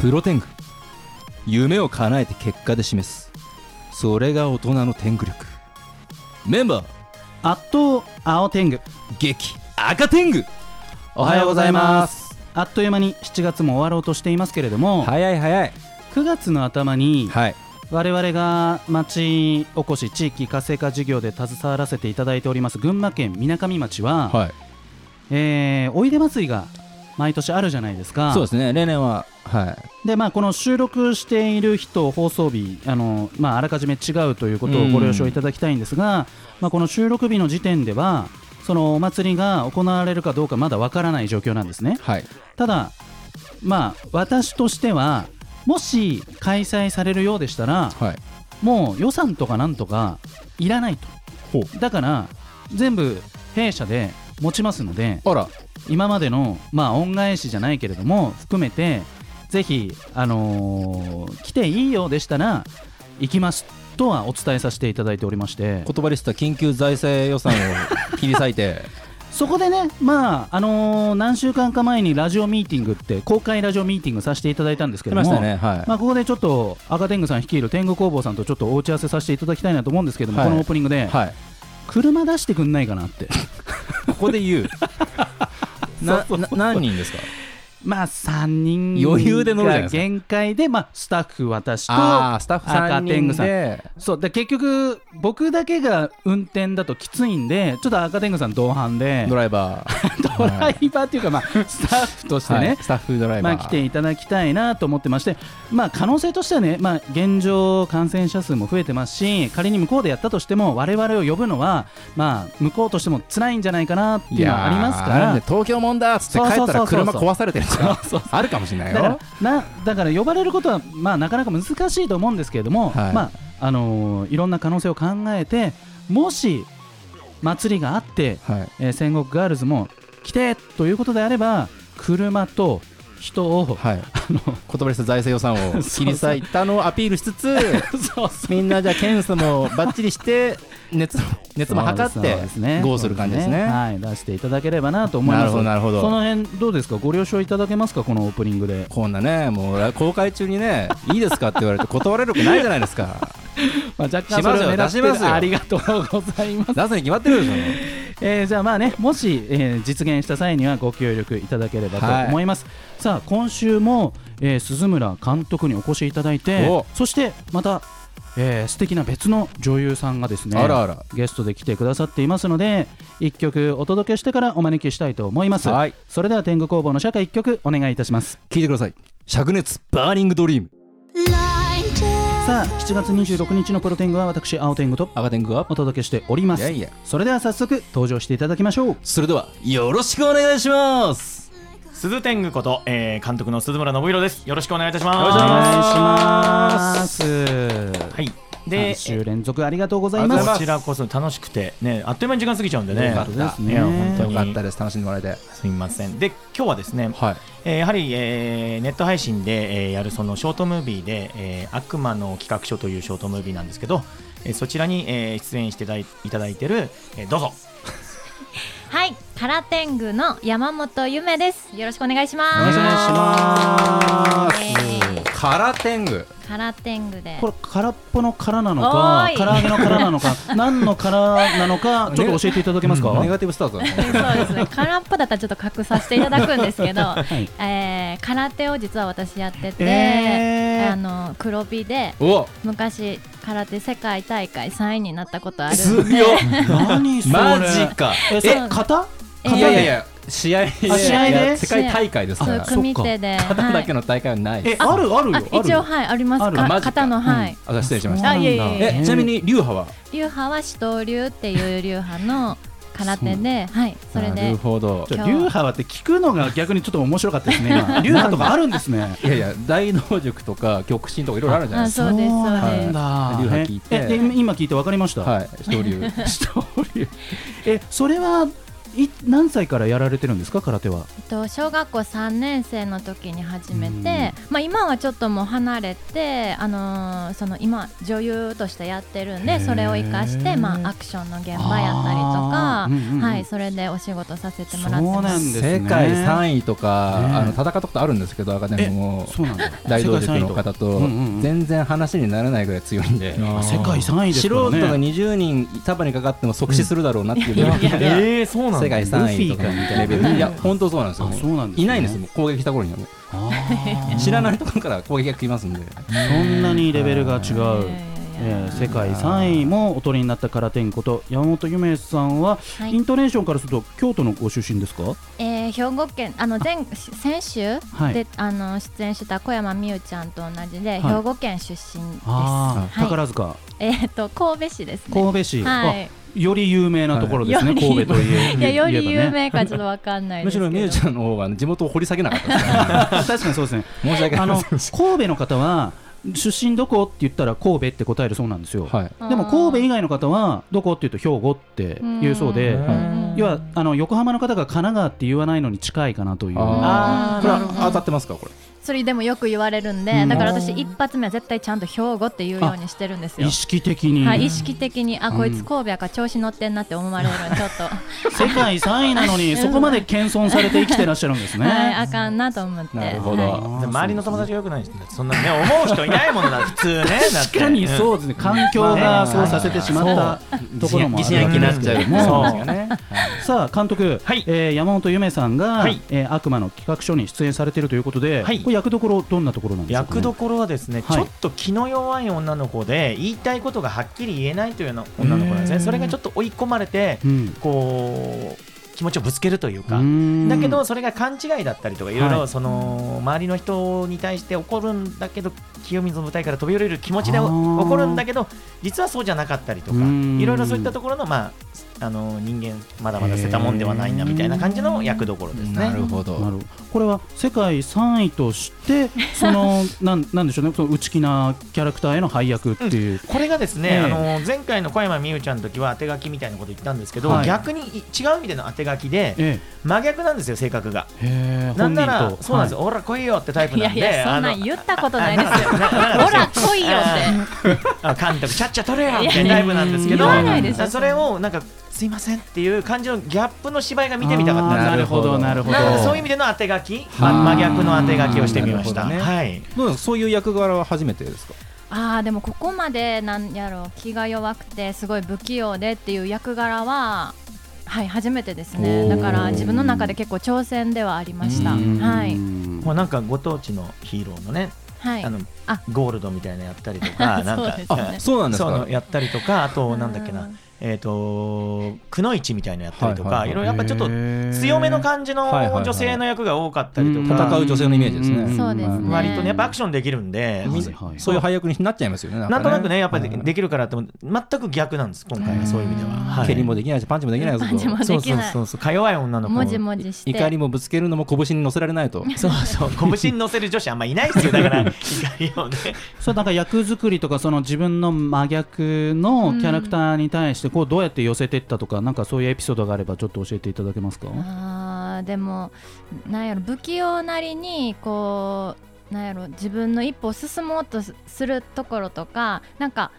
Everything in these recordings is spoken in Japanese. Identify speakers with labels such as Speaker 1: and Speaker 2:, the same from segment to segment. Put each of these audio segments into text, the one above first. Speaker 1: プロテング夢を叶えて結果で示すそれが大人の天狗力メンバー
Speaker 2: 圧倒青天狗
Speaker 1: 激赤天狗おはようございます
Speaker 2: あっという間に7月も終わろうとしていますけれども、
Speaker 1: 早い早い
Speaker 2: 9月の頭に
Speaker 1: はい
Speaker 2: 我々が町おこし地域活性化事業で携わらせていただいております群馬県みなかみ町は、
Speaker 1: はい
Speaker 2: えーおいで祭りが毎年あるじゃないですか
Speaker 1: そうですね例年ははい
Speaker 2: でまあ、この収録している日と放送日あの、まあ、あらかじめ違うということをご了承いただきたいんですが、まあ、この収録日の時点ではそのお祭りが行われるかどうかまだわからない状況なんですね
Speaker 1: はい
Speaker 2: ただ、まあ、私としてはもし開催されるようでしたら
Speaker 1: はい
Speaker 2: もう予算とかなんとかいらないと
Speaker 1: ほ
Speaker 2: だから全部弊社で持ちますので
Speaker 1: あら
Speaker 2: 今までの、まあ、恩返しじゃないけれども含めてぜひ、あのー来ていいようでしたら行きますとはお伝えさせていただいておりまして
Speaker 1: 断りした緊急財政予算を切り裂い て
Speaker 2: そこでね、まああのー何週間か前にラジオミーティングって公開ラジオミーティングさせていただいたんですけ
Speaker 1: 出
Speaker 2: ども
Speaker 1: ましたよねはい、
Speaker 2: まあ、ここでちょっと赤天狗さん率いる天狗工房さんとちょっとお打ち合わせさせていただきたいなと思うんですけども、
Speaker 1: はい
Speaker 2: このオープニングで、
Speaker 1: はい
Speaker 2: 車出してくんないかなって
Speaker 1: ここで 言うな
Speaker 2: そうそうそう
Speaker 1: な何人ですか
Speaker 2: まあ3人
Speaker 1: 余裕で乗るじゃないで
Speaker 2: が
Speaker 1: すか
Speaker 2: 限界で、まあ、スタッフ私と
Speaker 1: ああスタッフさ
Speaker 2: 赤
Speaker 1: ん
Speaker 2: 天
Speaker 1: 人
Speaker 2: 狗さん
Speaker 1: で
Speaker 2: そうで結局僕だけが運転だときついんでちょっと赤天狗さん同伴で
Speaker 1: ドライバ ー
Speaker 2: ドライバーっていうか、まあ、スタッフとしてね、
Speaker 1: はいスタッフドライ
Speaker 2: ま
Speaker 1: バー、
Speaker 2: あ、来ていただきたいなと思ってまして、まあ、可能性としてはね、まあ、現状、感染者数も増えてますし、仮に向こうでやったとしても、我々を呼ぶのは、まあ、向こうとしても辛いんじゃないかなっていうのはありますか
Speaker 1: いやーあ
Speaker 2: ら
Speaker 1: るんで。東京もんだっつって帰
Speaker 2: そう
Speaker 1: っ
Speaker 2: そ
Speaker 1: た
Speaker 2: うそ
Speaker 1: ら
Speaker 2: うそう
Speaker 1: 車壊されてるんじゃん
Speaker 2: そうそう
Speaker 1: あるかもしれない
Speaker 2: だから
Speaker 1: よ
Speaker 2: なだから呼ばれることは、まあ、なかなか難しいと思うんですけれども、
Speaker 1: はい
Speaker 2: いまああのーいろんな可能性を考えてもし祭りがあって、
Speaker 1: はい
Speaker 2: えー戦国ガールズも来てということであれば車と人を、
Speaker 1: はい
Speaker 2: あの
Speaker 1: 断りした財政予算を切り裂いたのをアピールしつつ
Speaker 2: そうそう
Speaker 1: みんなじゃあ検査もバッチリして熱も熱も測って
Speaker 2: そうですね
Speaker 1: ゴーする感じですね
Speaker 2: はい、出していただければなと思います
Speaker 1: なるほどなるほど
Speaker 2: その辺どうですかご了承いただけますかこのオープニングで
Speaker 1: こんなねもう公開中にねいいですかって言われて断れるわけないじゃないです か
Speaker 2: まあ、若
Speaker 1: し
Speaker 2: 干そ
Speaker 1: ます
Speaker 2: れ
Speaker 1: よ
Speaker 2: を狙ってる
Speaker 1: 出しますよ
Speaker 2: ありがとうござい ます
Speaker 1: 出すに決まってるでしょ
Speaker 2: えーじゃあまあねもし、えー実現した際にはご協力いただければと思います、さあ今週も、えー鈴村監督にお越しいただいて
Speaker 1: お
Speaker 2: そしてまた、えー素敵な別の女優さんがですね
Speaker 1: あらあら
Speaker 2: ゲストで来てくださっていますので1曲お届けしてからお招きしたいと思います、
Speaker 1: はい
Speaker 2: それでは天狗工房の社会1曲お願いいたします
Speaker 1: 聞いてください灼熱バーニングドリーム
Speaker 2: さあ7月26日のプロ天狗は私青天狗と
Speaker 1: 赤天狗は
Speaker 2: お届けしております
Speaker 1: いやいや
Speaker 2: それでは早速登場していただきましょう
Speaker 1: それではよろしくお願いします
Speaker 3: 鈴天狗こと、えー、監督の鈴村信弘です。よろしくお願いいたします。
Speaker 1: お願
Speaker 2: お願いします
Speaker 3: はい。
Speaker 2: で
Speaker 3: で、
Speaker 2: 週連続ありがとうござい
Speaker 1: あ
Speaker 2: ま
Speaker 1: りが
Speaker 2: す。
Speaker 3: こちらこそ楽しくて、ね、あっという間に時間過ぎちゃうんでね
Speaker 1: よかった。
Speaker 2: ですね。
Speaker 3: いや本当
Speaker 1: よ
Speaker 3: に
Speaker 1: かったです楽しんでもらえて
Speaker 3: すみません。で、今日はですね、
Speaker 1: はい
Speaker 3: えーやはり、えーネット配信で、えーやるそのショートムービーで、えー悪魔の企画書というショートムービーなんですけど、えーそちらに、えー出演していただいいただいてる、えーどうぞ。
Speaker 4: はい、カラテングの山本ゆめです。よろしくお願いします。
Speaker 1: お願いします
Speaker 4: イエーイ
Speaker 1: 空天狗
Speaker 4: カラテングで。
Speaker 2: これ空っぽの殻なの
Speaker 4: お
Speaker 2: か
Speaker 4: ー、い
Speaker 2: 唐揚げの殻なのか、何の殻なのか、ちょっと教えていただけますか。
Speaker 1: ネガティブスタートだね
Speaker 4: そうです ね。空っぽだったらちょっと隠させていただくんですけど、
Speaker 2: い
Speaker 4: えー空手を実は私やってて、
Speaker 2: えー
Speaker 4: あの黒火で
Speaker 1: お
Speaker 4: 昔空手世界大会3位になったことある
Speaker 1: 強
Speaker 4: ん
Speaker 1: っ
Speaker 4: で、
Speaker 2: 何それ。
Speaker 1: マジ。か
Speaker 2: え、そ
Speaker 4: え
Speaker 2: れ型？
Speaker 4: え
Speaker 2: 型
Speaker 1: い
Speaker 2: で
Speaker 1: やいやいや試合
Speaker 2: あ試合で
Speaker 1: いや世界大会です
Speaker 4: そ
Speaker 1: か
Speaker 4: う
Speaker 1: ら
Speaker 4: 組手で、
Speaker 1: 肩
Speaker 4: は
Speaker 1: だけ
Speaker 4: い、
Speaker 1: の大会はない
Speaker 2: え、あるあるよ。
Speaker 4: あ一応
Speaker 2: ある
Speaker 4: はいあります
Speaker 2: ある
Speaker 4: か
Speaker 1: マジか
Speaker 4: 型のはい。
Speaker 1: あ失礼しました
Speaker 4: あいえいえいえ
Speaker 1: えちなみに流派は
Speaker 4: 流派は死闘流っていう流派の空手で、はい、それ
Speaker 1: なる
Speaker 4: で。
Speaker 1: ほど
Speaker 2: じゃあ流派はって聞くのが逆にちょっと面白かったですね。 今流派とかあるんですね。
Speaker 1: いやいや大能塾とか極真とかいろいろあるじゃない
Speaker 4: あ、
Speaker 1: ですか
Speaker 4: そうです、そう
Speaker 2: な
Speaker 4: で
Speaker 2: ん
Speaker 4: す。
Speaker 2: だ。
Speaker 1: 流派聞いて
Speaker 2: ええで今聞いてわかりました。
Speaker 1: はい一流
Speaker 2: え、それはい何歳からやられてるんですか空手は
Speaker 4: えっと小学校3年生の時に始めて、まあ、今はちょっともう離れて、あのーその今女優としてやってるん
Speaker 2: へ
Speaker 4: で
Speaker 2: ー
Speaker 4: それを生かして、まあ、アクションの現場やったりとか、
Speaker 2: あーうんうんうん
Speaker 4: はい、それでお仕事させてもらって
Speaker 2: そう
Speaker 4: ま
Speaker 2: なん
Speaker 4: す。
Speaker 2: ですね
Speaker 1: 世界3位とか、
Speaker 2: ね
Speaker 1: あの戦ったことあるんですけど、アカデミーも
Speaker 2: そうなんだ
Speaker 1: 大道塾の方と
Speaker 2: 世界三位とうんうんうん、
Speaker 1: 全然話にならないぐらい強いんで、
Speaker 3: あ
Speaker 2: 世界3位です
Speaker 1: 素
Speaker 2: から
Speaker 1: 人
Speaker 2: ね
Speaker 1: が20人束にかかっても即死するだろうなっていうぐらい、
Speaker 4: いやいや
Speaker 3: えー、そうなんだ
Speaker 1: 世界3位とかみたいなレベル
Speaker 2: ルフ
Speaker 1: で、
Speaker 2: ィかみたいな
Speaker 1: いや、本当そうなんですよ、
Speaker 2: あそうなんですね
Speaker 1: いないんですよ、もう攻撃した頃にはもう
Speaker 2: あー
Speaker 1: 知ら ないところから攻撃が来ますんで、
Speaker 2: そんなにレベルが違
Speaker 4: いうやいやいや
Speaker 2: えー世界3位もおとりになった空手んこと山本夢さんは、
Speaker 4: はい
Speaker 2: イントネーションからすると京都のご出身ですか
Speaker 4: えー兵庫県あの前先週で、
Speaker 2: はい
Speaker 4: あの出演した小山美宇ちゃんと同じで、
Speaker 2: はい
Speaker 4: 兵庫県出身です。
Speaker 2: あー
Speaker 4: はい
Speaker 2: 宝塚、
Speaker 4: えーっと神戸市ですね。
Speaker 2: 神戸市、
Speaker 4: はい
Speaker 2: あより有名なところですね、
Speaker 4: はい
Speaker 2: 神戸という
Speaker 4: いやより有
Speaker 2: ね、
Speaker 4: 名かちょっとわかんないで
Speaker 1: む
Speaker 4: すけ
Speaker 1: し
Speaker 4: ど。
Speaker 1: ろみゆちゃんの方は地元を掘り下げなかったですね
Speaker 2: 確かにそうです ね
Speaker 1: 申し訳あ
Speaker 2: あ
Speaker 1: りま
Speaker 2: の
Speaker 1: せんでし
Speaker 2: 神戸の方は出身どこって言ったら神戸って答えるそうなんですよ、
Speaker 1: た。はい
Speaker 2: でも神戸以外の方はどこって言うと兵庫って言うそうで、
Speaker 1: うん
Speaker 4: はい
Speaker 2: 要はあの横浜の方が神奈川って言わないのに近いかなという
Speaker 1: あ
Speaker 3: あー
Speaker 1: これ
Speaker 3: な
Speaker 1: は
Speaker 3: るほど
Speaker 1: 当たってますかこれ
Speaker 4: それでもよく言われるんで、
Speaker 2: うん
Speaker 4: だから私一発目は絶対ちゃんと兵庫って言うようにしてるんですよ
Speaker 2: 意。識的に、
Speaker 4: はい、意識的にあ
Speaker 2: うん
Speaker 4: こいつ神戸やから調子乗ってんなって思われるのちょっと、
Speaker 2: 世界3位なのに そこまで謙遜されて生きてらっしゃるんですね。
Speaker 4: はい、あかんなと思って。
Speaker 1: なるほど
Speaker 4: はい
Speaker 2: あー
Speaker 3: 周りの友達がよくない人だってそんなね思う人いないものだって普通ねだって
Speaker 2: 確かにそうですね、環境がそうさせてしまったところもあるわけですけど
Speaker 3: 疑心暗鬼
Speaker 2: も、
Speaker 3: になっちゃうよ
Speaker 2: ね、さあ監督、
Speaker 3: はい
Speaker 2: えー山本ゆめさんが、
Speaker 3: はい
Speaker 2: えー悪魔の企画書に出演されているということで、
Speaker 3: はい
Speaker 2: これ役どころどんなところなんですか、
Speaker 3: 役どころはですね、
Speaker 2: はい
Speaker 3: ちょっと気の弱い女の子で言いたいことがはっきり言えないというような女の子なんです
Speaker 2: へ
Speaker 3: ね
Speaker 2: ー
Speaker 3: それがちょっと追い込まれて
Speaker 2: うん
Speaker 3: こう気持ちをぶつけるという
Speaker 2: う
Speaker 3: か
Speaker 2: ん
Speaker 3: だけどそれが勘違いだったりとかいろい
Speaker 2: は
Speaker 3: ろ
Speaker 2: い
Speaker 3: その周りの人に対して怒るんだけど清水の舞台から飛び降りる気持ちで
Speaker 2: あー
Speaker 3: 怒るんだけど実はそうじゃなかったりとか
Speaker 2: うん
Speaker 3: いろいろそういったところのまああの人間まだまだ捨てたもんではないなみたいな感じの役どころですね。
Speaker 1: ほど
Speaker 2: なるほどこれは世界3位と して、そのなんなんでしょうね、その内気なキャラクターへの配役っていう、
Speaker 3: これがですね、
Speaker 2: ええ
Speaker 3: あの前回の小山美宇ちゃんの時は当て書きみたいなこと言ったんですけど、
Speaker 2: はい
Speaker 3: 逆にい違う意味での当て書きで
Speaker 2: え
Speaker 3: 真逆なんですよ性格が。
Speaker 2: えへえ
Speaker 3: なん
Speaker 2: 本
Speaker 3: なら
Speaker 2: 人と
Speaker 3: そうなんです、
Speaker 2: は
Speaker 3: よオラ来いよってタイプ
Speaker 4: い
Speaker 3: な
Speaker 4: や
Speaker 3: ん
Speaker 4: い
Speaker 3: で
Speaker 4: やそん
Speaker 3: あ
Speaker 4: な
Speaker 3: の
Speaker 4: ん言ったことないですよ。ほら来いよって。
Speaker 3: あ監督ちゃっちゃ取れよみたいなタイプなんですけど
Speaker 2: いや言わない
Speaker 4: ですよ
Speaker 3: それをなんかすいませんっていう感じのギャップの芝居が見てみたかったん
Speaker 2: あー
Speaker 3: です
Speaker 2: なるほど、なるほど。
Speaker 3: なんかそういう意味での当て書き、ま
Speaker 2: はあ
Speaker 3: 真逆の当て書きをしてみました。
Speaker 1: なるほどね
Speaker 3: はい
Speaker 1: どうですかそういう役柄は初めてですか
Speaker 4: ああでもここまでなんやろう気が弱くてすごい不器用でっていう役柄ははい初めてですね
Speaker 1: おー
Speaker 4: だから自分の中で結構挑戦ではありました
Speaker 2: うん
Speaker 4: はい
Speaker 3: もうなんかご当地のヒーローのね、
Speaker 4: はい
Speaker 3: あの
Speaker 4: あ
Speaker 3: ゴールドみたいなのやったりと か、なん
Speaker 4: そう
Speaker 3: か
Speaker 4: ですね
Speaker 1: そうなんです
Speaker 3: そう
Speaker 1: か
Speaker 3: のやったりとか、あとなんだっけ
Speaker 4: う
Speaker 3: な、
Speaker 4: ん
Speaker 3: えっ、とくのいちみたいなのやったりとか、
Speaker 1: はいはいはい
Speaker 3: いろいろやっぱちょっと強めの感じの
Speaker 1: はいはいはい
Speaker 3: 女性の役が多かったりと
Speaker 1: うん戦
Speaker 3: か、
Speaker 1: う女性のイメージですね
Speaker 2: ん
Speaker 4: そうですね
Speaker 2: はい
Speaker 3: 割とねやっぱアクションできるん
Speaker 2: は
Speaker 3: で、
Speaker 2: い
Speaker 3: 水
Speaker 2: はい
Speaker 1: そういう配役になっちゃいますよね
Speaker 3: なんとなくねやっぱり
Speaker 1: うん
Speaker 3: できるからって全く逆なんです今回はそういう意味では、
Speaker 4: うん
Speaker 3: はい
Speaker 1: 蹴りもできないしパンチもできないぞ
Speaker 4: パンチも
Speaker 3: そう
Speaker 4: でき
Speaker 3: そう
Speaker 4: ない
Speaker 3: そうそうか弱い女の子
Speaker 4: もじもじして
Speaker 1: 怒りもぶつけるのも拳に乗せられないと
Speaker 3: そうそう拳に乗せる女子あんまいないですよだから 怒りをね
Speaker 2: そうなんか役作りとかその自分の真逆のキャラクターに対してこうどうやって寄せていったとかなんかそういうエピソードがあればちょっと教えていただけますか
Speaker 4: あーでもなんやろ不器用なりにこうなんやろ自分の一歩を進もうとすするところとかなんか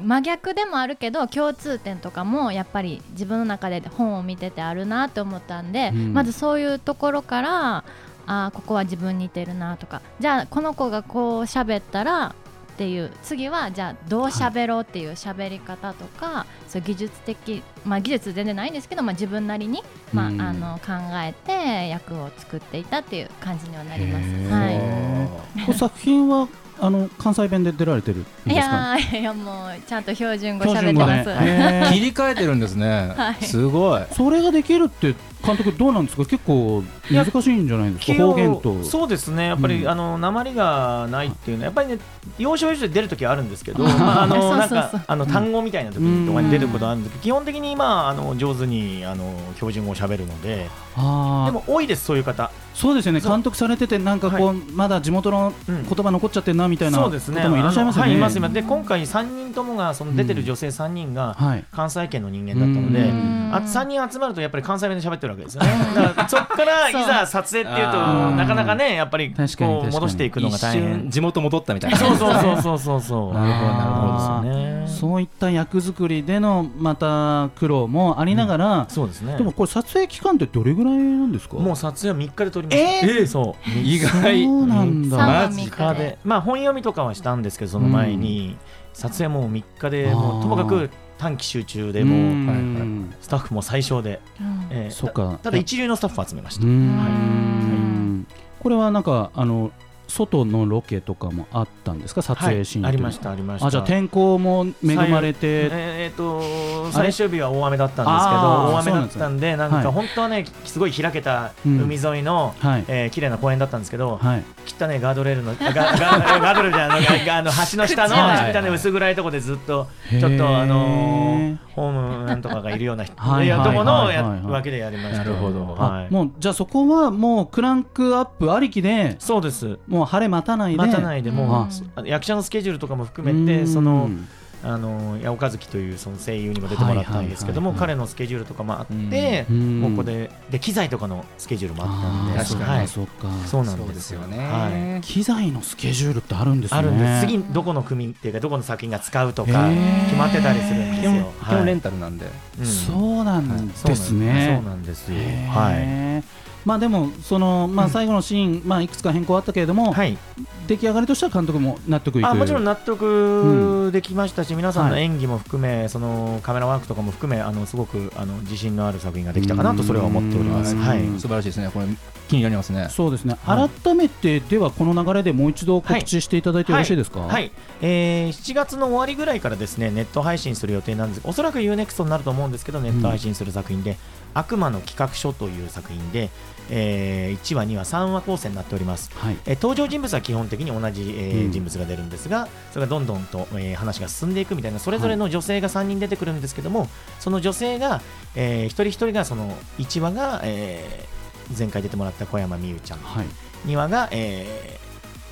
Speaker 4: 真逆でもあるけど共通点とかもやっぱり自分の中で本を見ててあるなと思ったんで、
Speaker 2: うん
Speaker 4: まずそういうところからあーここは自分に似てるなとかじゃあこの子がこう喋ったらっていう次はじゃあどう喋ろうっていう喋り方とか、そう技術的、まあ、技術全然ないんですけど、まあ、自分なりに、まあ、
Speaker 2: うん
Speaker 4: あの考えて役を作っていたっていう感じにはなりま
Speaker 2: へ
Speaker 4: す。
Speaker 2: ー
Speaker 4: はい
Speaker 2: こう作品はあの関西弁で出られてるん
Speaker 4: い
Speaker 2: ですか
Speaker 4: やーいやもうちゃんと標準語
Speaker 2: 標
Speaker 4: 喋
Speaker 2: 準
Speaker 4: って
Speaker 2: 語
Speaker 4: ま。
Speaker 2: ですへー
Speaker 1: 切り替えてるんですね
Speaker 4: はい
Speaker 1: すごい
Speaker 2: それができるって監督どうなんですか結構難しいんじゃないですか方言と
Speaker 3: そうですねやっぱり、
Speaker 2: うん
Speaker 3: あの鉛がないっていうのはやっぱりね要所要所で出るときはあるんですけど、
Speaker 4: うん
Speaker 3: まあ、あの
Speaker 4: そ
Speaker 3: な
Speaker 4: うんそうそ
Speaker 3: か
Speaker 4: う
Speaker 3: あの単語みたいな時とかに出ることはあるんですけど、基本的にまああの上手にあの標準語を喋るので
Speaker 2: あー
Speaker 3: でも多いですそういう方
Speaker 2: そうですよね
Speaker 3: そう
Speaker 2: 監督されててなんかこう、まだ地元の
Speaker 3: うん
Speaker 2: 言葉残っちゃってるなみたいな
Speaker 3: そ
Speaker 2: 方
Speaker 3: う
Speaker 2: もい
Speaker 3: ですね。
Speaker 2: らっしゃいますよ
Speaker 3: あのはい、
Speaker 2: ね。
Speaker 3: いますいますで今回3人ともがその出てる女性3人が
Speaker 2: はい
Speaker 3: 関西圏の人間だったので、
Speaker 4: うん
Speaker 3: あ3人集まるとやっぱり関西弁で喋ってるわけですよね。だからそこからい
Speaker 4: そう
Speaker 3: ざ撮影っていうと
Speaker 1: あ
Speaker 2: ー
Speaker 3: なかなかねやっぱり
Speaker 2: 確かに確
Speaker 3: こ
Speaker 2: か
Speaker 3: う
Speaker 2: に
Speaker 3: 戻していくのが
Speaker 1: 一
Speaker 3: 大
Speaker 1: 瞬
Speaker 3: 変。
Speaker 1: 地元戻ったみたいな
Speaker 3: そうそうそうそうそう そう。
Speaker 2: なるほどなるほど
Speaker 3: あーですよね。
Speaker 2: そういった役作りでのまた苦労もありながら、
Speaker 3: そうですね。
Speaker 2: でもこれ撮影期間ってどれぐらいなんですか
Speaker 3: もう撮影は3日で撮りました。
Speaker 1: えー
Speaker 3: そう。
Speaker 1: 意外
Speaker 2: そうなん
Speaker 4: 三
Speaker 2: だ
Speaker 4: 話
Speaker 1: マジ
Speaker 3: 3
Speaker 4: 三日
Speaker 3: 日でまあ本読みとかはしたんですけどその前に、撮影もう3日でもうともかく短期集中でもう
Speaker 2: うん
Speaker 3: スタッフも最小で、
Speaker 4: うん
Speaker 3: えー
Speaker 2: そっか
Speaker 3: たただ一流のスタッフを集めました、
Speaker 2: うんこれはなんかあの外のロケとかもあったんですか撮影シーン、
Speaker 3: はい、ありましたたありました
Speaker 2: あじゃあ天候も恵まれ
Speaker 3: え
Speaker 2: て
Speaker 3: ーえーと
Speaker 2: あれ
Speaker 3: 最終日は大雨だったんですけ
Speaker 2: あー
Speaker 3: ど大雨だったんでなん
Speaker 2: はい
Speaker 3: か本当はねすごい開けた
Speaker 2: うん
Speaker 3: 海沿いの、
Speaker 2: はい
Speaker 3: えー綺麗な公園だったんですけど、
Speaker 2: はい
Speaker 3: 汚ねガードレールのあ ガガガードレールじゃないあのがあの橋の下の
Speaker 1: はい
Speaker 3: 汚ね薄暗いとこでずっと
Speaker 2: へー
Speaker 3: ちょっとあのーホームなんとかがいるような人
Speaker 2: はいはい
Speaker 3: いやとこのや
Speaker 2: はいはいはい
Speaker 3: わけでやりました
Speaker 1: なるほど
Speaker 3: は
Speaker 2: あ
Speaker 3: い
Speaker 2: もうじゃあそこはもうクランクアップありきで
Speaker 3: そうです
Speaker 2: もう晴れ待たないで
Speaker 3: 待たないでも
Speaker 2: あ
Speaker 3: うあ役者のスケジュールとかも含めてその
Speaker 2: うん
Speaker 3: あのー八岡月というその声優にも出てもらったんですけども
Speaker 2: はいはいはい
Speaker 3: 彼のスケジュールとかもあっ
Speaker 1: うん
Speaker 3: て
Speaker 2: うん
Speaker 3: もうここでで機材とかのスケジュールもあったん
Speaker 2: あ
Speaker 3: で
Speaker 2: ーそう
Speaker 3: は
Speaker 2: か
Speaker 3: い
Speaker 2: そうか
Speaker 3: そうなん
Speaker 1: そう
Speaker 3: で
Speaker 1: ですす
Speaker 3: よ
Speaker 1: よ
Speaker 3: はい
Speaker 1: ね、
Speaker 2: 機材のスケジュールってあるんですね
Speaker 3: あるんです次どこの組っていうかどこの作品が使うとか
Speaker 2: へー
Speaker 3: 決まってたりするんです
Speaker 1: 基
Speaker 3: よ
Speaker 1: 本基
Speaker 3: は
Speaker 1: 本
Speaker 3: い
Speaker 1: レンタルなんで、
Speaker 3: うん
Speaker 2: そうなん
Speaker 3: そうなん
Speaker 2: ですね
Speaker 3: そうなんですよ。は
Speaker 2: へーまあでもそのまあ最後のシーン、まあいくつか変更あったけれど
Speaker 3: い。
Speaker 2: も、
Speaker 3: はい。
Speaker 2: 出来上がりとしては監督も納得いく
Speaker 3: あもちろん
Speaker 2: な
Speaker 3: 納得できましたし、皆さんの
Speaker 2: はい
Speaker 3: 演技も含め、そのカメラワークとかも含め、あのすごくあの自信のある作品ができたかなとそれは思っております。
Speaker 2: うん
Speaker 3: はい。
Speaker 2: うん
Speaker 1: 素晴らしいですねこれ気になりますね
Speaker 2: そうですね、
Speaker 3: はい
Speaker 2: 改めてではこの流れでもう一度告知していただいてよろしいですか、
Speaker 3: はい、えー7月の終わりぐらいからですねネット配信する予定なんですおそらく UNEXT になると思うんですけどネット配信する作品で「悪魔の企画書」という作品で、え1話2話3話構成になっております
Speaker 2: はい
Speaker 3: えー登場人物は基本的に同じ、えー
Speaker 2: うん
Speaker 3: 人物が出るんですが、それがどんどんと、えー話が進んでいくみたいなそれぞれの女性が3人出てくるんですけども、その女性が、えー一人一人がその1話が、えー前回出てもらった小山美優ちゃん
Speaker 2: はい
Speaker 3: 2話が、え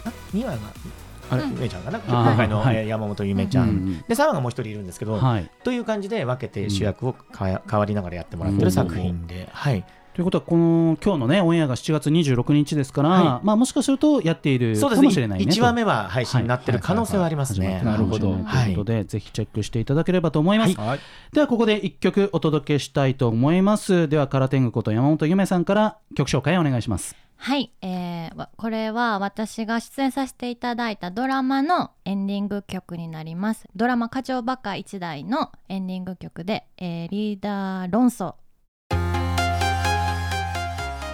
Speaker 3: ーあ2話が
Speaker 1: あれ
Speaker 3: 梅ちゃんかな
Speaker 2: ー
Speaker 3: 今回の、
Speaker 2: はい
Speaker 3: えー山本ゆめちゃん、
Speaker 2: うん
Speaker 3: で3話がもう一人いるんですけど、
Speaker 2: はい、
Speaker 3: という感じで分けて主役をかわ変わりながらやってもらってる作品で、はい、
Speaker 2: ということはこの今日のねオンエアが7月26日ですから、
Speaker 3: は
Speaker 2: まあもしかするとやっている
Speaker 3: そう
Speaker 2: か
Speaker 3: です
Speaker 2: もしれないね
Speaker 3: 1話目は配信になってる可能性はあります
Speaker 2: 始まっ
Speaker 3: ね
Speaker 2: た。かもしれ
Speaker 1: なる
Speaker 2: ないということで、ぜひチェックしていただければと思います、
Speaker 1: はい
Speaker 2: ではここで一曲お届けしたいと思いますでは空天狗こと山本ゆめさんから曲紹介お願いします
Speaker 4: はい、えーわこれは私が出演させていただいたドラマのエンディング曲になりますドラマ「課長バカ一代」のエンディング曲で、えーリーダー論争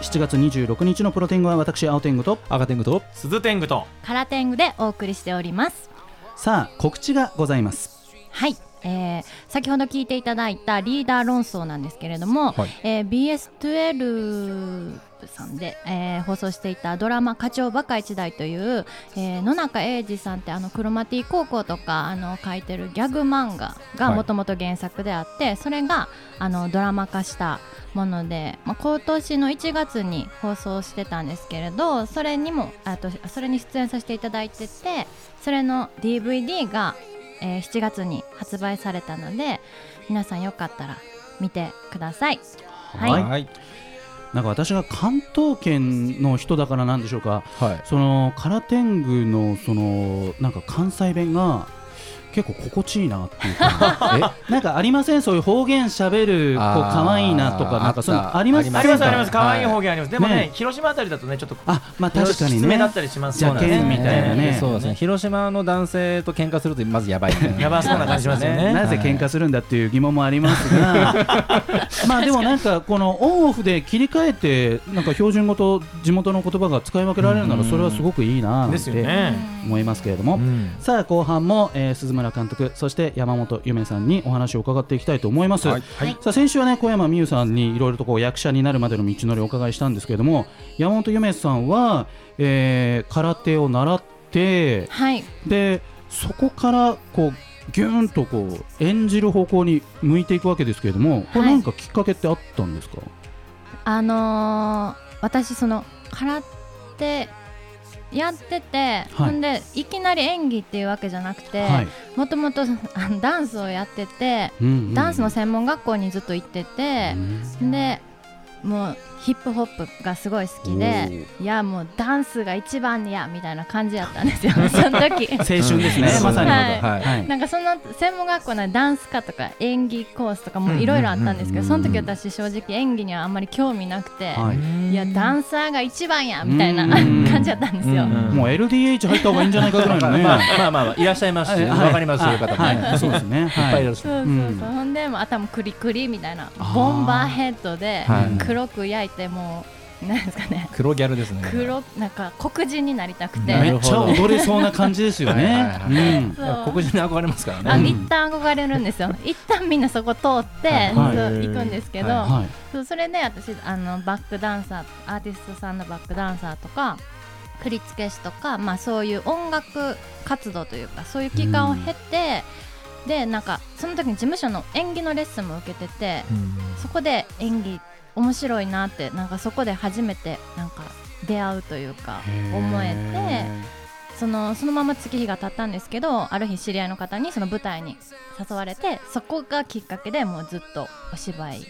Speaker 2: 7月26日のプロテングは私青天狗と
Speaker 1: 赤天狗と
Speaker 3: 鈴天狗と
Speaker 4: カラテングでお送りしております
Speaker 2: さあ告知がございます
Speaker 4: はい、えー先ほど聞いていただいたリーダー論争なんですけれども、
Speaker 1: はい
Speaker 4: えー BS12 さんで、えー放送していたドラマ「課長バカ一代」という、えー野中英二さんってあのクロマティ高校とかあの書いてるギャグ漫画が
Speaker 1: はい
Speaker 4: もともと原作であって、それがあのドラマ化したもので、まあ、今年の1月に放送してたんですけれどそれにもあとそれに出演させていただいててそれの DVD が、えー7月に発売されたので皆さんよかったら見てください。はい
Speaker 1: はい、
Speaker 2: なんか私が関東圏の人だからなんでしょうか
Speaker 1: はい
Speaker 2: その空天狗のそのなんか関西弁が結構心地いいなっていう かなんかありませんそういう方言しゃべる子
Speaker 1: あー
Speaker 2: 可愛いなとかなんかそういうのあります
Speaker 1: あ
Speaker 3: あ
Speaker 1: りまし
Speaker 3: ります
Speaker 1: た
Speaker 3: あります可愛い
Speaker 1: はい
Speaker 3: 方言あります、でもね、
Speaker 2: ね
Speaker 3: 広島あたりだとねちょっと
Speaker 2: あまあ確かに
Speaker 3: 爪
Speaker 2: ね
Speaker 3: だったりします
Speaker 2: じゃあ
Speaker 3: そうなんです
Speaker 2: 剣みたいなね
Speaker 1: そうですね広島の男性と喧嘩するとまずやばいみたいな
Speaker 3: やばそうな感じしますよね
Speaker 2: なぜ喧嘩するんだっていう疑問もありますが、 まあでもなんかこのオンオフで切り替えてなんか標準語と地元の言葉が使い分けられるなら
Speaker 3: うん
Speaker 2: それはすごくいいな
Speaker 3: で
Speaker 2: っ
Speaker 3: すよ
Speaker 2: て
Speaker 3: ね、
Speaker 2: 思いますけれども、
Speaker 3: うん
Speaker 2: さあ後半も、えー鈴村監督そして山本ゆめさんにお話を伺っていきたいと思います、
Speaker 1: はい
Speaker 4: はい
Speaker 2: さあ先週はね小山美優さんにいろいろとこう役者になるまでの道のりをお伺いしたんですけれども山本ゆめさんは、えー空手を習って
Speaker 4: はい
Speaker 2: でそこからこうギューンとこう演じる方向に向いていくわけですけれどもこれ
Speaker 4: はい
Speaker 2: なんかきっかけってあったんですか、
Speaker 4: あのー私その空手やってて、
Speaker 2: はい
Speaker 4: ほんでいきなり演技っていうわけじゃなくて
Speaker 2: はい
Speaker 4: もともとあのダンスをやってて
Speaker 2: うんうん
Speaker 4: ダンスの専門学校にずっと行ってて、でもうヒップホップがすごい好きでいやもうダンスが一番やみたいな感じだったんですよその時
Speaker 2: 青春ですね、まさに、
Speaker 4: はい
Speaker 1: は
Speaker 2: はい
Speaker 4: なんかそんな専門学校のダンス科とか演技コースとかもいろいろあったんですけど、
Speaker 1: うん
Speaker 4: その時私正直演技にはあんまり興味なくて、
Speaker 2: はい
Speaker 4: い、やダ
Speaker 3: ン
Speaker 4: ンサーが一番やみたいな
Speaker 2: うん
Speaker 4: 感じだったんですよ。
Speaker 1: うん
Speaker 2: もう LDH 入った方がいいんじゃないかぐらいのね、
Speaker 5: まあまあまあまあいらっしゃいますし、
Speaker 2: はい
Speaker 5: わ、かりますよ、
Speaker 2: は
Speaker 5: そういう方もね、、
Speaker 2: はいい
Speaker 5: っ
Speaker 2: そうですね、
Speaker 5: ぱいいら
Speaker 2: は
Speaker 5: っし
Speaker 4: そ
Speaker 5: ゃ
Speaker 4: う
Speaker 5: る。
Speaker 4: そうそう、
Speaker 2: うん
Speaker 4: ほんでもう頭クリクリみたいな
Speaker 2: あー
Speaker 4: ボンバーヘッドで
Speaker 1: はい
Speaker 4: 黒く焼いてもうなんですかね
Speaker 1: 黒ギャルですね
Speaker 4: 黒なんか黒人になりたく
Speaker 2: い、
Speaker 1: な
Speaker 4: て
Speaker 1: る
Speaker 2: めっちゃ踊れそうな感じですよ
Speaker 5: はいはい
Speaker 2: ね
Speaker 5: は。
Speaker 2: う
Speaker 5: い
Speaker 2: ん
Speaker 4: そう
Speaker 1: 黒人に憧れますからね
Speaker 4: あ
Speaker 2: うん
Speaker 4: 一旦憧れるんですよ一旦みんなそこ通って、
Speaker 2: はい
Speaker 4: そう行くんですけど、
Speaker 1: は
Speaker 2: はい
Speaker 4: そうそれで私あのバックダンサーアーティストさんのバックダンサーとか振り付け師とか、まあ、そういう音楽活動というかそういう期間を経て、でなんかその時に事務所の演技のレッスンも受けてて、そこで演技面白いなってなんかそこで初めてなんか出会うというか思えて。そのそのまま月日が経ったんですけどある日知り合いの方にその舞台に誘われてそこがきっかけでもうずっとお芝居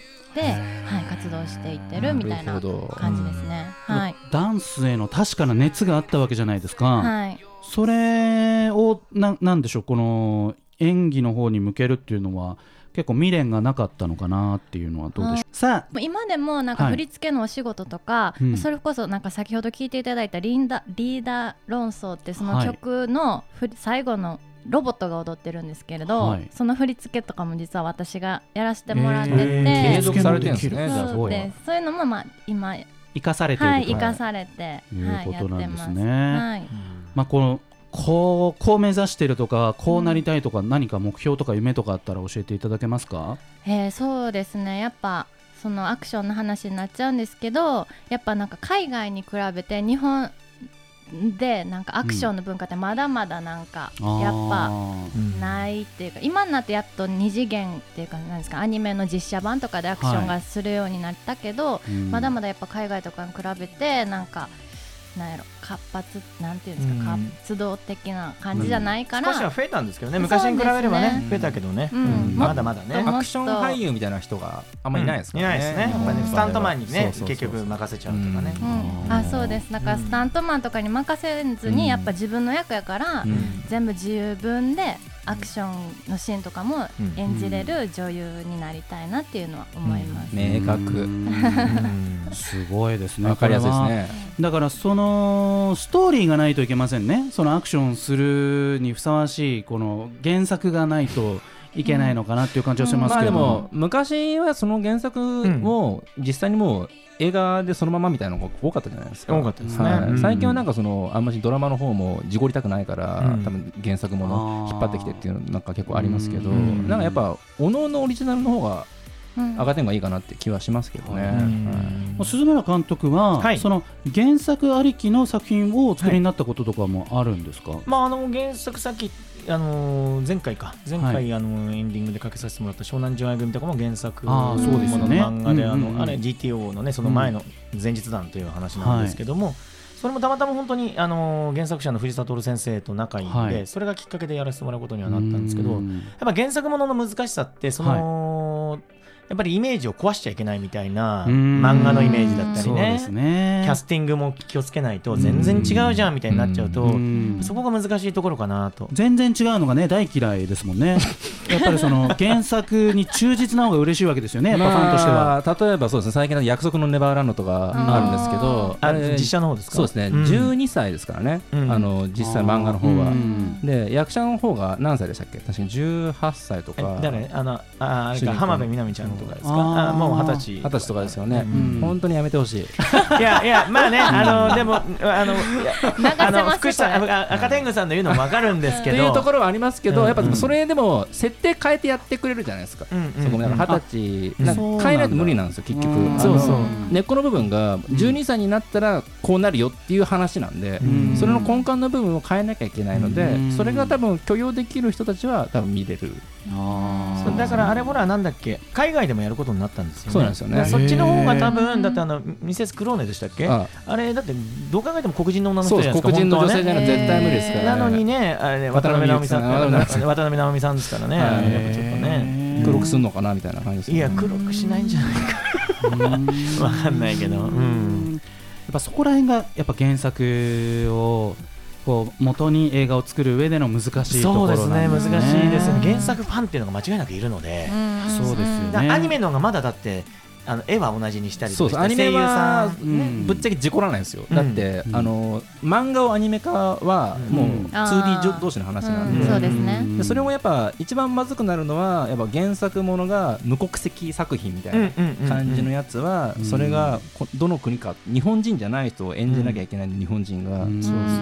Speaker 2: へ
Speaker 4: で、
Speaker 2: ー
Speaker 4: はい、活動していってるみたいな
Speaker 1: なるほど
Speaker 4: 感じですね。
Speaker 2: うん
Speaker 4: はい、
Speaker 2: ダンスへの確かな熱があったわけじゃないですか。
Speaker 4: はい
Speaker 2: それをななんでしょうこの演技の方に向けるっていうのは結構未練がなかったのかなっていうのはどうでしょう。さ
Speaker 4: もう今でもなんか
Speaker 2: はい
Speaker 4: 振り付けのお仕事とか、
Speaker 2: うん
Speaker 4: それこそなんか先ほど聞いていただいたリンダリーダー論争ってその
Speaker 2: はい
Speaker 4: 曲の振り最後のロボットが踊ってるんですけれど、
Speaker 2: はい
Speaker 4: その振り付けとかも実は私がやらせてもらってて、
Speaker 1: 継続されてるんです
Speaker 4: そ
Speaker 1: ね
Speaker 4: う
Speaker 1: じゃあすごい
Speaker 4: ですそういうのもまあ今
Speaker 2: あ生かされてい
Speaker 4: は
Speaker 2: る
Speaker 4: い、
Speaker 2: という
Speaker 4: 生
Speaker 2: か
Speaker 4: かされて、はい、
Speaker 2: いう
Speaker 4: や
Speaker 2: こ
Speaker 4: っ
Speaker 2: とな
Speaker 4: て
Speaker 2: んです
Speaker 4: ます。
Speaker 2: ね
Speaker 4: はい、
Speaker 2: まあこのこうこう目指してるとかこうなりたいとか何か目標とか夢とかあったら教えていただけますか、
Speaker 4: えーそうですね、やっぱ。そのアクションの話になっちゃうんですけどやっぱなんか海外に比べて日本でなんかアクションの文化ってまだまだなんかやっぱ
Speaker 2: あ
Speaker 4: ないいっていうか今になってやっと二次元っていうかなんですかアニメの実写版とかでアクションがするようになったけど、
Speaker 2: ー、うん
Speaker 4: まだまだやっぱ海外とかに比べてなんかなんやろ活発なんていうんですか、
Speaker 3: うん
Speaker 4: 活動的な感じじゃないから、
Speaker 3: 少しは増えたんですけどね昔に比べれば
Speaker 4: そうです
Speaker 3: ね
Speaker 1: ね
Speaker 3: 増えたけどね、
Speaker 4: うん
Speaker 3: うんまだまだ
Speaker 4: もっ
Speaker 3: ね
Speaker 4: と
Speaker 1: アクション俳優みたいな人があんまりいないですか
Speaker 3: い
Speaker 1: ら
Speaker 3: な
Speaker 1: ね
Speaker 3: いですねやっぱね
Speaker 4: うん
Speaker 3: スタントマンにね
Speaker 1: そうそうそう
Speaker 3: 結局任せちゃうとかね、
Speaker 4: うん、あそうですだからスタントマンとかに任せずに、
Speaker 1: うん
Speaker 4: やっぱ自分の役やから、
Speaker 1: うん
Speaker 4: 全部自分でアクションのシーンとかも
Speaker 3: うん
Speaker 4: 演じれる女優になりたいなっていうのは思い ます、
Speaker 1: 明
Speaker 2: う
Speaker 1: 確
Speaker 2: ん
Speaker 3: うん
Speaker 2: すごいですね
Speaker 1: わかりやすいです
Speaker 2: これは
Speaker 1: ね
Speaker 2: だからそのストーリーがないといけませんねそのアクションするにふさわしいこの原作がないといけないのかなっていう感じはします
Speaker 1: まあ
Speaker 2: け
Speaker 1: で
Speaker 2: ども、
Speaker 1: も昔はその原作を実際にもう映画でそのままみたいなのが多かったじゃないですか
Speaker 3: 多かったですね
Speaker 1: は
Speaker 2: うん
Speaker 1: い、最近はなんかそのあんまりドラマの方も事故りたくないから、
Speaker 3: うん
Speaker 1: 多分原作もの
Speaker 2: あー
Speaker 1: 引っ張ってきてっていうのなんか結構ありますけど、
Speaker 3: うん
Speaker 1: なんかやっぱおののオリジナルの方が
Speaker 4: うん
Speaker 1: 上がってんがいいかなって気はしますけどね、
Speaker 2: う
Speaker 1: はい
Speaker 2: もう鈴村監督は、
Speaker 3: はい
Speaker 2: その原作ありきの作品をお作りになったこととかもあるんですか、
Speaker 3: まあ、あの原作さっき、あのー前回か前回、
Speaker 2: はい
Speaker 3: あのエンディングでかけさせてもらった湘南純愛組とかも原作
Speaker 2: あ
Speaker 3: も
Speaker 4: ー
Speaker 3: の
Speaker 4: そうですよ
Speaker 2: ね
Speaker 3: 漫画で
Speaker 2: うん
Speaker 3: あ
Speaker 2: うんう
Speaker 3: の
Speaker 2: ん
Speaker 3: あれ GTO のねその前の前日談という話なんですけども、それもたまたま本当に、あのー原作者の藤田徹先生と仲いいんで、
Speaker 2: はい
Speaker 3: それがきっかけでやらせてもらうことにはなったんですけど、
Speaker 2: う
Speaker 3: やっ
Speaker 2: ん
Speaker 3: ぱ原作ものの難しさってその、やっぱりイメージを壊しちゃいけないみたいな
Speaker 2: うん
Speaker 3: 漫画のイメージだったり
Speaker 2: そう
Speaker 3: ね
Speaker 2: ですね
Speaker 3: キャスティングも気をつけないと全然違うじゃんみたいになっちゃうと。
Speaker 2: うん
Speaker 3: そこが難しいところかなと。
Speaker 2: 全然違うのがね大嫌いですもん ねやっぱりその原作に忠実な方が嬉しいわけですよねやっぱファンとしては、
Speaker 1: まあ例えばそうですね最近の約束のネバーランドとかあるんですけど、
Speaker 3: あ
Speaker 1: れ
Speaker 3: 実写の方ですか
Speaker 1: そうですね、
Speaker 3: ん
Speaker 1: 12歳ですからね、
Speaker 3: うん
Speaker 1: あの実際漫画の方は、
Speaker 2: うん
Speaker 1: で役者の方が何歳でしたっけ確か18歳と
Speaker 3: え
Speaker 1: か
Speaker 3: 誰あのああれ
Speaker 1: 主人
Speaker 3: か
Speaker 1: 公
Speaker 3: 浜辺美波ちゃんとかです
Speaker 2: あ
Speaker 3: か
Speaker 2: ー
Speaker 3: あもう二十歳
Speaker 1: 20歳とかですよね、
Speaker 2: うん
Speaker 1: 本当にやめてほしい
Speaker 3: いやいやまあねあのでもあのいやあの福士さん
Speaker 4: これ
Speaker 3: あ赤天狗さんの言うのも分かるんですけ
Speaker 1: っていうと
Speaker 3: ど
Speaker 1: ころはありますけど、
Speaker 3: うん
Speaker 1: やっぱでもそれでも設定変えてやってくれるじゃないですか、
Speaker 3: うんうん
Speaker 1: そこもだから
Speaker 2: う
Speaker 1: 二
Speaker 2: ん
Speaker 1: 十歳、
Speaker 3: あ
Speaker 1: なん
Speaker 2: そうなん
Speaker 1: か
Speaker 2: だ
Speaker 1: 変えないと無理なんですよ結局
Speaker 2: うん
Speaker 1: あの
Speaker 3: そうそう
Speaker 1: 根っこの部分が12歳になったらこうなるよっていう話なんで、
Speaker 2: うん
Speaker 1: それの根幹の部分を変えなきゃいけないので、
Speaker 2: うん
Speaker 1: それが多分許容できる人たちは多分見れる
Speaker 2: あー
Speaker 1: うん
Speaker 3: だからあれほらなんだっけ海外でもやることになったんですよね
Speaker 1: そうなんですよね
Speaker 3: だからそっちの方が多
Speaker 4: へー
Speaker 3: 分だってあのミセスクローネでしたっけあ
Speaker 1: あ
Speaker 3: れだってどう考えても黒人の女の
Speaker 1: そ
Speaker 3: 人
Speaker 1: うで
Speaker 3: じゃないですすか
Speaker 1: 黒人の女性
Speaker 3: 本
Speaker 1: じ
Speaker 3: 当
Speaker 1: ゃな
Speaker 3: は
Speaker 1: く
Speaker 3: ね
Speaker 1: 絶対無理ですから、ね
Speaker 3: なのにねあれ渡
Speaker 1: 渡辺
Speaker 3: 辺直
Speaker 1: 直
Speaker 3: 美
Speaker 1: 美
Speaker 3: さ
Speaker 1: さ
Speaker 3: ん
Speaker 1: ん
Speaker 3: 渡辺直美さんですからね
Speaker 1: はい
Speaker 3: やっぱちょっとね
Speaker 1: 黒く
Speaker 2: す
Speaker 1: すんのかなみたいな感じですよ
Speaker 3: い
Speaker 1: ね
Speaker 3: や黒くしないんじゃないか わかんないけどうん
Speaker 2: やっぱそこら辺がやっぱ原作をこう元に映画を作る上での難しいと
Speaker 3: そ
Speaker 2: こ
Speaker 3: うで
Speaker 2: ろ
Speaker 3: す
Speaker 2: な
Speaker 3: ね
Speaker 2: ん
Speaker 3: 難
Speaker 2: ですね。
Speaker 3: しいですよね
Speaker 4: ね
Speaker 3: 原作ファンっていうのが間違いなくいるので
Speaker 4: うん
Speaker 2: そうですよね
Speaker 3: だからアニメの方がまだだってあの絵は同じにしたり
Speaker 1: そ
Speaker 3: と
Speaker 1: う
Speaker 3: か
Speaker 1: そ
Speaker 3: し
Speaker 1: う
Speaker 3: て
Speaker 1: アニメ
Speaker 3: 声優さ
Speaker 1: は、
Speaker 3: ん
Speaker 2: うん
Speaker 1: ねぶっちゃけ事故らないんですよ、
Speaker 3: うん
Speaker 1: だって、
Speaker 2: うん
Speaker 1: あの漫画をアニメ化は
Speaker 3: うん
Speaker 1: もう
Speaker 2: うん
Speaker 1: 2D 同士の話なんで,、
Speaker 3: うん
Speaker 4: そうですね
Speaker 1: でそれもやっぱ一番まずくなるのはやっぱ原作ものが無国籍作品みたいな感じの
Speaker 3: や
Speaker 1: やつは、
Speaker 2: うん
Speaker 1: それがこどの国か日本人じゃない人を演じなきゃいけないんで、日本人が、
Speaker 2: うん
Speaker 1: そう
Speaker 2: そうそう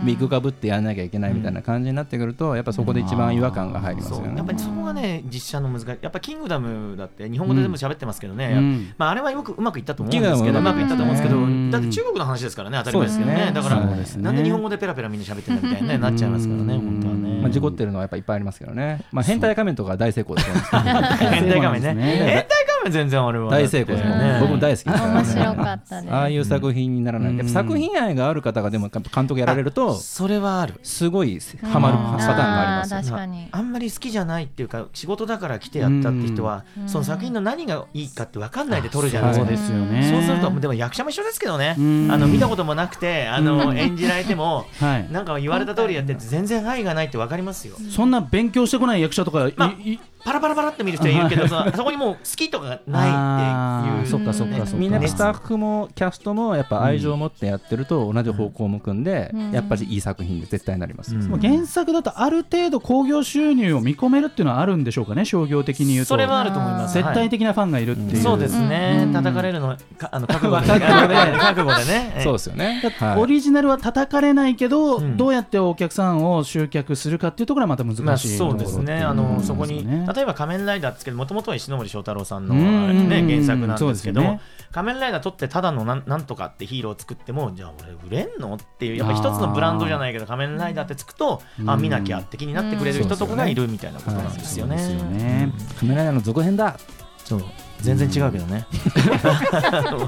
Speaker 1: ウィッグかぶってやらなきゃいけないみたいな感じになってくるとやっぱそこで一番違和感が入りますよ
Speaker 3: そう
Speaker 1: ね
Speaker 3: やっ。ぱりそこがね実写の難しいやっぱキングダムだって日本語で全部喋ってますけどね、
Speaker 2: うん
Speaker 3: まあ、あれはよくうまくいったと思うんですけどう
Speaker 1: キングダム
Speaker 3: ま
Speaker 1: は
Speaker 3: くいったと思うんですけ
Speaker 2: う
Speaker 3: ど
Speaker 2: ん
Speaker 3: だって中国の話ですからね当たり前ですけどね
Speaker 1: そうですね
Speaker 3: だから、
Speaker 1: そう
Speaker 2: ですね
Speaker 3: なんで日本語でペラペラみんな喋ってんだみたいな、ね、なっちゃいますからね
Speaker 2: うん
Speaker 3: 本当はね、
Speaker 1: まあ、事故ってるのはやっぱいっぱいありますけどね、まあ、変態仮面とか大成功だと思うんですけど
Speaker 3: 変
Speaker 2: そう
Speaker 3: 態仮面ね
Speaker 2: なんですね
Speaker 3: 変態仮面全然俺は
Speaker 1: 大成功ですもんね、僕も大好きですから、
Speaker 4: 面
Speaker 1: ね、
Speaker 4: 白かったです
Speaker 1: ああいう作品にならない、
Speaker 2: うん
Speaker 1: やっぱ作品愛がある方がでもやっぱ監督やられると
Speaker 3: それはある
Speaker 1: すごいハマる
Speaker 4: うん
Speaker 1: パターンがあります
Speaker 4: ー
Speaker 1: よ
Speaker 4: 確かに
Speaker 3: あんまり好きじゃないっていうか仕事だから来てやったって人は、
Speaker 4: うん
Speaker 3: その作品の何がいいかって分かんないで撮るじゃない
Speaker 1: あ
Speaker 3: です
Speaker 2: そ
Speaker 3: か
Speaker 2: うですよね。
Speaker 3: そうするとでも役者も一緒ですけどね、
Speaker 2: うん
Speaker 3: あの見たこともなくてあ
Speaker 2: う
Speaker 3: の
Speaker 2: ん
Speaker 3: 演じられても
Speaker 2: はい。
Speaker 3: なんか言われた通りやってて全然愛がないって分かりますよ。
Speaker 2: そんな勉強してこない役者とかい
Speaker 3: まあ
Speaker 2: い
Speaker 3: パラパラパラって見る人いるけどそのそこにもう好きとかがない
Speaker 2: あ
Speaker 3: っ
Speaker 2: ー
Speaker 3: ていう
Speaker 2: そっかそっかそっか。
Speaker 1: みんなやっぱ
Speaker 3: ね
Speaker 1: スタッフもキャストもやっぱ愛情を持ってやってると同じ方向を向くんで、
Speaker 4: うん
Speaker 1: やっぱりいい作品で絶対になりますよ、
Speaker 3: うん
Speaker 2: もう原作だとある程度興行収入を見込めるっていうのはあるんでしょうかね商業的に言うと
Speaker 3: それはあると思います。
Speaker 2: 絶対
Speaker 3: 的
Speaker 2: 的なファンがいるっていう、
Speaker 3: そうですね、
Speaker 2: うん
Speaker 3: 叩かれるのかあの覚悟で
Speaker 1: 覚悟で
Speaker 3: 覚悟でね。ええ
Speaker 1: そうですよね、はい
Speaker 2: オリジナルは叩かれないけど、
Speaker 3: うん
Speaker 2: どうやってお客さんを集客するかっていうところはまた難
Speaker 3: まあ、
Speaker 2: しいところ
Speaker 3: そう
Speaker 2: って
Speaker 3: で
Speaker 2: い
Speaker 3: す
Speaker 2: う
Speaker 3: ね、あ
Speaker 2: ところ
Speaker 3: の
Speaker 2: です
Speaker 3: そ
Speaker 2: よ
Speaker 3: こに、
Speaker 2: ね
Speaker 3: 例えば仮面ライダーですけど、もともとは石ノ森章太郎さんの、
Speaker 2: うん
Speaker 3: あれね
Speaker 2: うん
Speaker 3: 原作なんですけど、
Speaker 2: そうですね
Speaker 3: 仮面ライダー撮って、ただのなんなんとかってヒーローを作っても、じゃあ、俺、売れんのっていう、やっぱ一つのブランドじゃないけど、仮面ライダーってつくと、
Speaker 2: うん
Speaker 3: あ見なきゃって気になってくれる人とかがいるみたいなことなんですよね。
Speaker 2: そうですよね
Speaker 1: カメラ屋の続編だ
Speaker 3: そう全然違うけどね。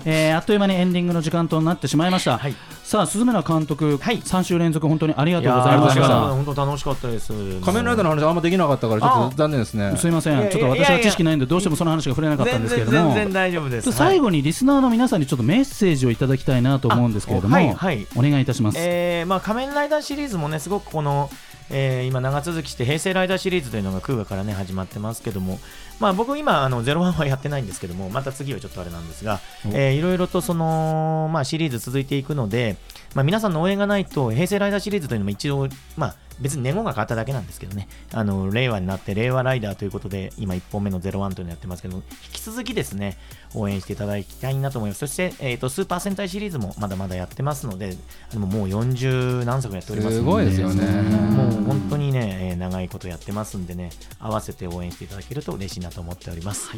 Speaker 2: えーあっという間にエンディングの時間となってしまいました、
Speaker 3: はい
Speaker 2: さあ鈴村監督、
Speaker 3: はい
Speaker 2: 3週連続本当にありが
Speaker 3: い
Speaker 2: とう
Speaker 3: や
Speaker 2: ございまし
Speaker 3: ー
Speaker 2: た
Speaker 3: 本当楽しかったです。
Speaker 1: 仮面ライダーの話あんまできなかったからちょっと残念ですね
Speaker 2: すいませ
Speaker 3: いやい
Speaker 2: ん
Speaker 3: や
Speaker 2: ちょっと私は知識ないんでどうしてもその話が触れなかったん
Speaker 3: 全
Speaker 2: ですけれ
Speaker 3: 然
Speaker 2: ども
Speaker 3: 全然大丈夫です。
Speaker 2: 最
Speaker 3: 後
Speaker 2: 後にリスナーの皆さんにちょっとメッセージをいただきたいなと思うんですけれども、
Speaker 3: はいはい
Speaker 2: お願いいたします、
Speaker 3: えーまあ、仮面ライダーシリーズもねすごくこの、えー今長続きして平成ライダーシリーズというのが空ガからね始まってますけども、まあ、僕今あの01はやってないんですけどもまた次はちょっとあれなんですが、えーいろいろとその、まあ、シリーズ続いていくので、まあ、皆さんの応援がないと平成ライダーシリーズというのも一応まあ別に年号が変わっただけなんですけどね、あの令和になって令和ライダーということで、今1本目の01というのやってますけど、引き続きですね、応援していただきたいなと思います。そして、えー、とスーパー戦隊シリーズもまだまだやってますので、あのもう40何作やっておりますの
Speaker 1: すごいですよね
Speaker 3: もう本当にね、えー長いことやってますんでね、合わせて応援していただけると嬉しいなと思っております。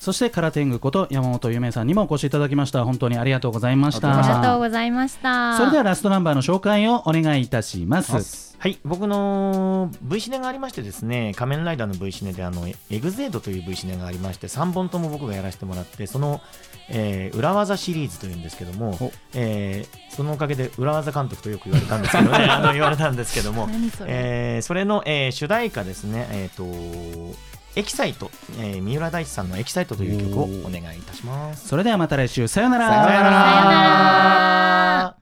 Speaker 2: そして空天狗こと山本ゆめさんにもお越しいただきました本当にありがとうございました
Speaker 1: あ
Speaker 4: ありがとうございました
Speaker 2: それではラストナンバーの紹介をお願いいたします
Speaker 3: はい、僕の V シネがありましてですね、仮面ライダーの V シネであのエグゼードという V シネがありまして、3本とも僕がやらせてもらって、その、えー裏技シリーズというんですけども
Speaker 1: お、
Speaker 3: えーそのおかげで裏技監督とよく言われたんですけどね、あの言われたんですけども、
Speaker 4: 何それ、
Speaker 3: えーそれの、えー主題歌ですね、えー、とエキサイト、えー三浦大知さんの「エキサイト」という曲をお願いいたします。
Speaker 2: それではまた来週さようなら
Speaker 3: さようなら
Speaker 4: さようなら